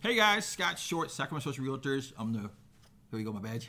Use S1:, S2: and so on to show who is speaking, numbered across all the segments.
S1: Hey guys, Scott Short, Sacramento Social Realtors. I'm the, here we go, my badge.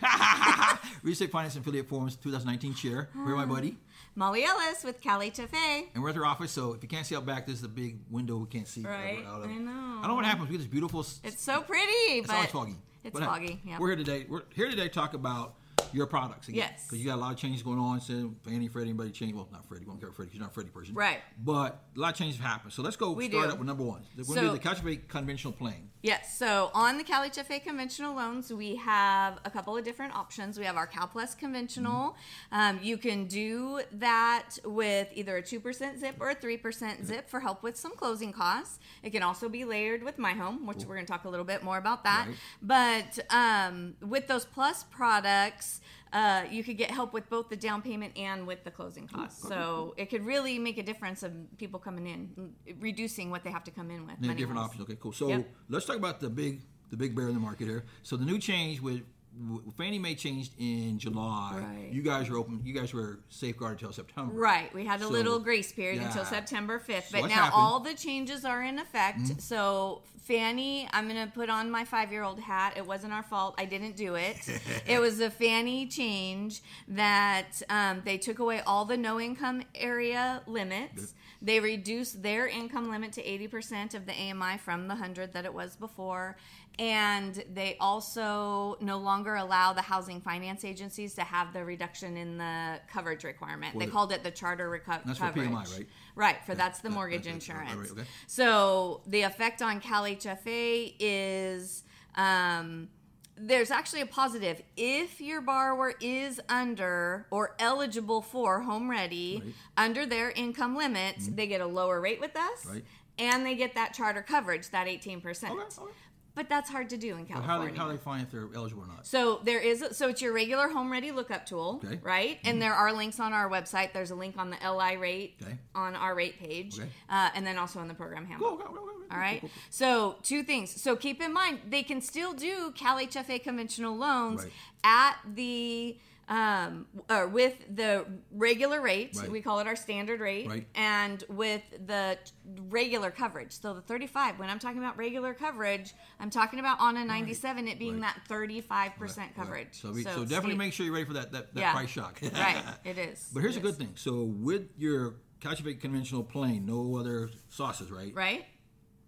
S1: Real Estate Finance and Affiliate Forums 2019 chair. We're
S2: Hmm.
S1: my buddy.
S2: Molly Ellis with Cali Chafe.
S1: And we're at their office, so if you can't see out back, this is the big window we can't see.
S2: Right,
S1: out of.
S2: I know.
S1: I don't know what happens. We get this beautiful. s-
S2: It's so pretty,
S1: it's
S2: but
S1: always foggy.
S2: It's
S1: But, uh,
S2: foggy. Yeah.
S1: We're here today. We're here today to talk about your products. Again,
S2: Yes.
S1: Because you got a lot of changes going on. So Fannie, Freddie, anybody change? Well, not Freddie. We don't care about Freddie. 'cause You're not a Freddie person.
S2: Right.
S1: But a lot of changes have happened. So let's go
S2: We
S1: start
S2: do.
S1: up with number one. We're
S2: So-
S1: gonna do the Couch Bait conventional plane.
S2: Yes. So on the Cali Chafe conventional loans, we have a couple of different options. We have our CalPlus conventional. Um, you can do that with either a 2% zip or a 3% zip for help with some closing costs. It can also be layered with My Home, which we're going to talk a little bit more about that. But um, with those plus products, uh, you could get help with both the down payment and with the closing costs. So it could really make a difference of people coming in, reducing what they have to come in with.
S1: Many
S2: money-wise.
S1: different options. Okay, cool. So
S2: Yep.
S1: let's talk about the big the big bear in the market here. So the new change with w- Fannie Mae changed in July.
S2: Right.
S1: You guys were open. You guys were safeguarded until September.
S2: Right. We had a
S1: So-
S2: little grace period
S1: Yeah.
S2: until September 5th.
S1: So
S2: But
S1: what's
S2: now
S1: happened-
S2: all the changes are in effect.
S1: Mm-hmm.
S2: So, Fanny, I'm going to put on my five year old hat. It wasn't our fault. I didn't do it. it was a Fanny change that um, they took away all the no income area limits. They reduced their income limit to 80% of the AMI from the 100 that it was before. And they also no longer allow the housing finance agencies to have the reduction in the coverage requirement.
S1: Well,
S2: they
S1: the-
S2: called it the charter reco-
S1: That's for
S2: coverage.
S1: PMI, right?
S2: Right, for that's the
S1: that-
S2: mortgage
S1: that- that- all right,
S2: insurance.
S1: okay.
S2: So the effect on Cal HFA is um, there's actually a positive if your borrower is under or eligible for Home Ready
S1: Right. Mm-hmm.
S2: under their income limits, they get a lower rate with us,
S1: Right.
S2: and they get that charter coverage, that 18%.
S1: Okay, okay.
S2: But that's hard to do in
S1: But
S2: California.
S1: how do they, how do they find if they're eligible or not?
S2: So there is so it's your regular home ready lookup tool,
S1: Okay. Mm-hmm.
S2: right? And there are links on our website. There's a link on the LI rate
S1: Okay.
S2: on our rate page,
S1: Okay.
S2: uh, and then also on the program
S1: Go,
S2: handbook.
S1: go, go, go, go, go,
S2: All right.
S1: go, go.
S2: So two things. So keep in mind they can still do Cal HFA conventional loans
S1: Right.
S2: at the um, or with the regular rate.
S1: Right.
S2: We call it our standard rate,
S1: Right.
S2: and with the t- regular coverage. So the 35. When I'm talking about regular coverage, I'm talking about on a 97, it being
S1: Right.
S2: that 35 percent
S1: Right, right.
S2: coverage.
S1: So, we, so, definitely make sure you're ready for that that, that
S2: Yeah.
S1: price shock.
S2: right. It is.
S1: But here's
S2: It
S1: a good
S2: is.
S1: thing. So with your Couch Bait conventional plane, no other sauces, right?
S2: Right.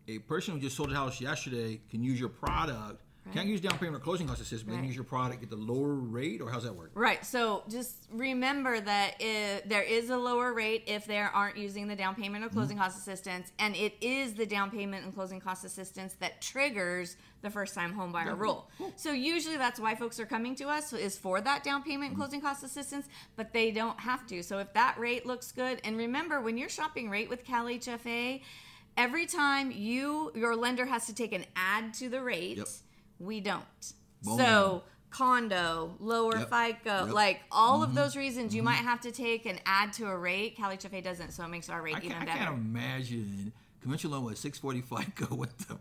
S1: a person who just sold a house yesterday can use your product. Can't use down payment or closing cost assistance, but they can
S2: Right.
S1: use your product at the lower rate, or how's that work?
S2: Right. So just remember that i there is a lower rate if they aren't using the down payment or
S1: Mm-hmm.
S2: closing cost assistance, and it is the down payment and closing cost assistance that triggers the first time home buyer rule. So usually that's why folks are coming to us is for that down payment and
S1: Mm-hmm.
S2: closing cost assistance, but they don't have to. So if that rate looks good, and remember when you're shopping rate with Cal HFA, every time you your lender has to take an add to the rate,
S1: Yep.
S2: we don't.
S1: Boom.
S2: So condo, lower
S1: Yep.
S2: FICO,
S1: Yep. Mm-hmm.
S2: like all of those reasons, you might have to take and add to a rate. Cali Chafe doesn't, so it makes our rate
S1: I
S2: even
S1: can't, I
S2: better.
S1: can't imagine conventional loan with 645 go what the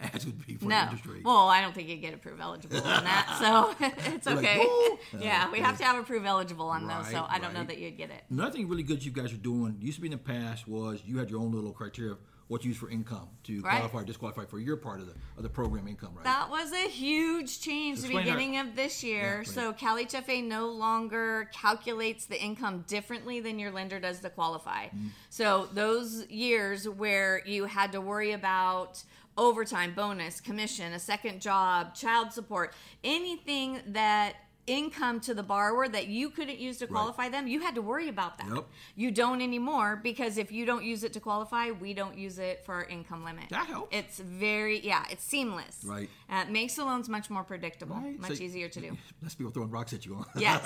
S1: ads would be for the
S2: no,
S1: interest rate.
S2: well, I don't think you get approve eligible on that, so it's
S1: You're like,
S2: okay.
S1: "Oh."
S2: yeah, we have to have approve eligible on those, so
S1: Right,
S2: I don't know
S1: right.
S2: that you'd get it.
S1: Another thing really good you guys are doing used to be in the past was you had your own little criteria of what you use for income to
S2: Right.
S1: qualify or disqualify for your part of the of the program income, right?
S2: That was a huge change the
S1: Explain our-
S2: beginning of this year.
S1: right.
S2: So Cal HFA no longer calculates the income differently than your lender does to qualify.
S1: Mm-hmm.
S2: So those years where you had to worry about overtime, bonus, commission, a second job, child support, anything that income to the borrower that you couldn't use to qualify them, you had to worry about that.
S1: Yep.
S2: You don't anymore because if you don't use it to qualify, we don't use it for our income limit.
S1: That helps.
S2: It's very yeah, it's seamless.
S1: Right.
S2: Uh, makes the loans much more predictable,
S1: Right?
S2: much
S1: So-
S2: easier to do.
S1: Less people throwing rocks at you. huh?
S2: Yes.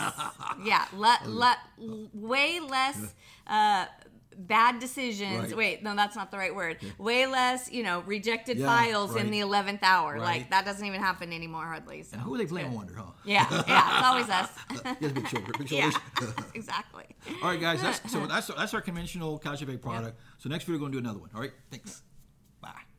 S2: yeah. Le- le- l- way less uh, bad decisions.
S1: Right.
S2: Wait, no, that's not the right word. Way less, you know, rejected
S1: Yeah,
S2: files
S1: right.
S2: in the eleventh hour.
S1: Right.
S2: Like that doesn't even happen anymore hardly. So.
S1: And who are they playing? I wonder, huh?
S2: Yeah. Yeah. It's always us.
S1: Yes, big shoulder, big
S2: yeah.
S1: shoulders.
S2: exactly.
S1: All right, guys. That's, so that's that's our conventional Couch Bay product. So next week we're going to do another one. All right. Thanks. Bye.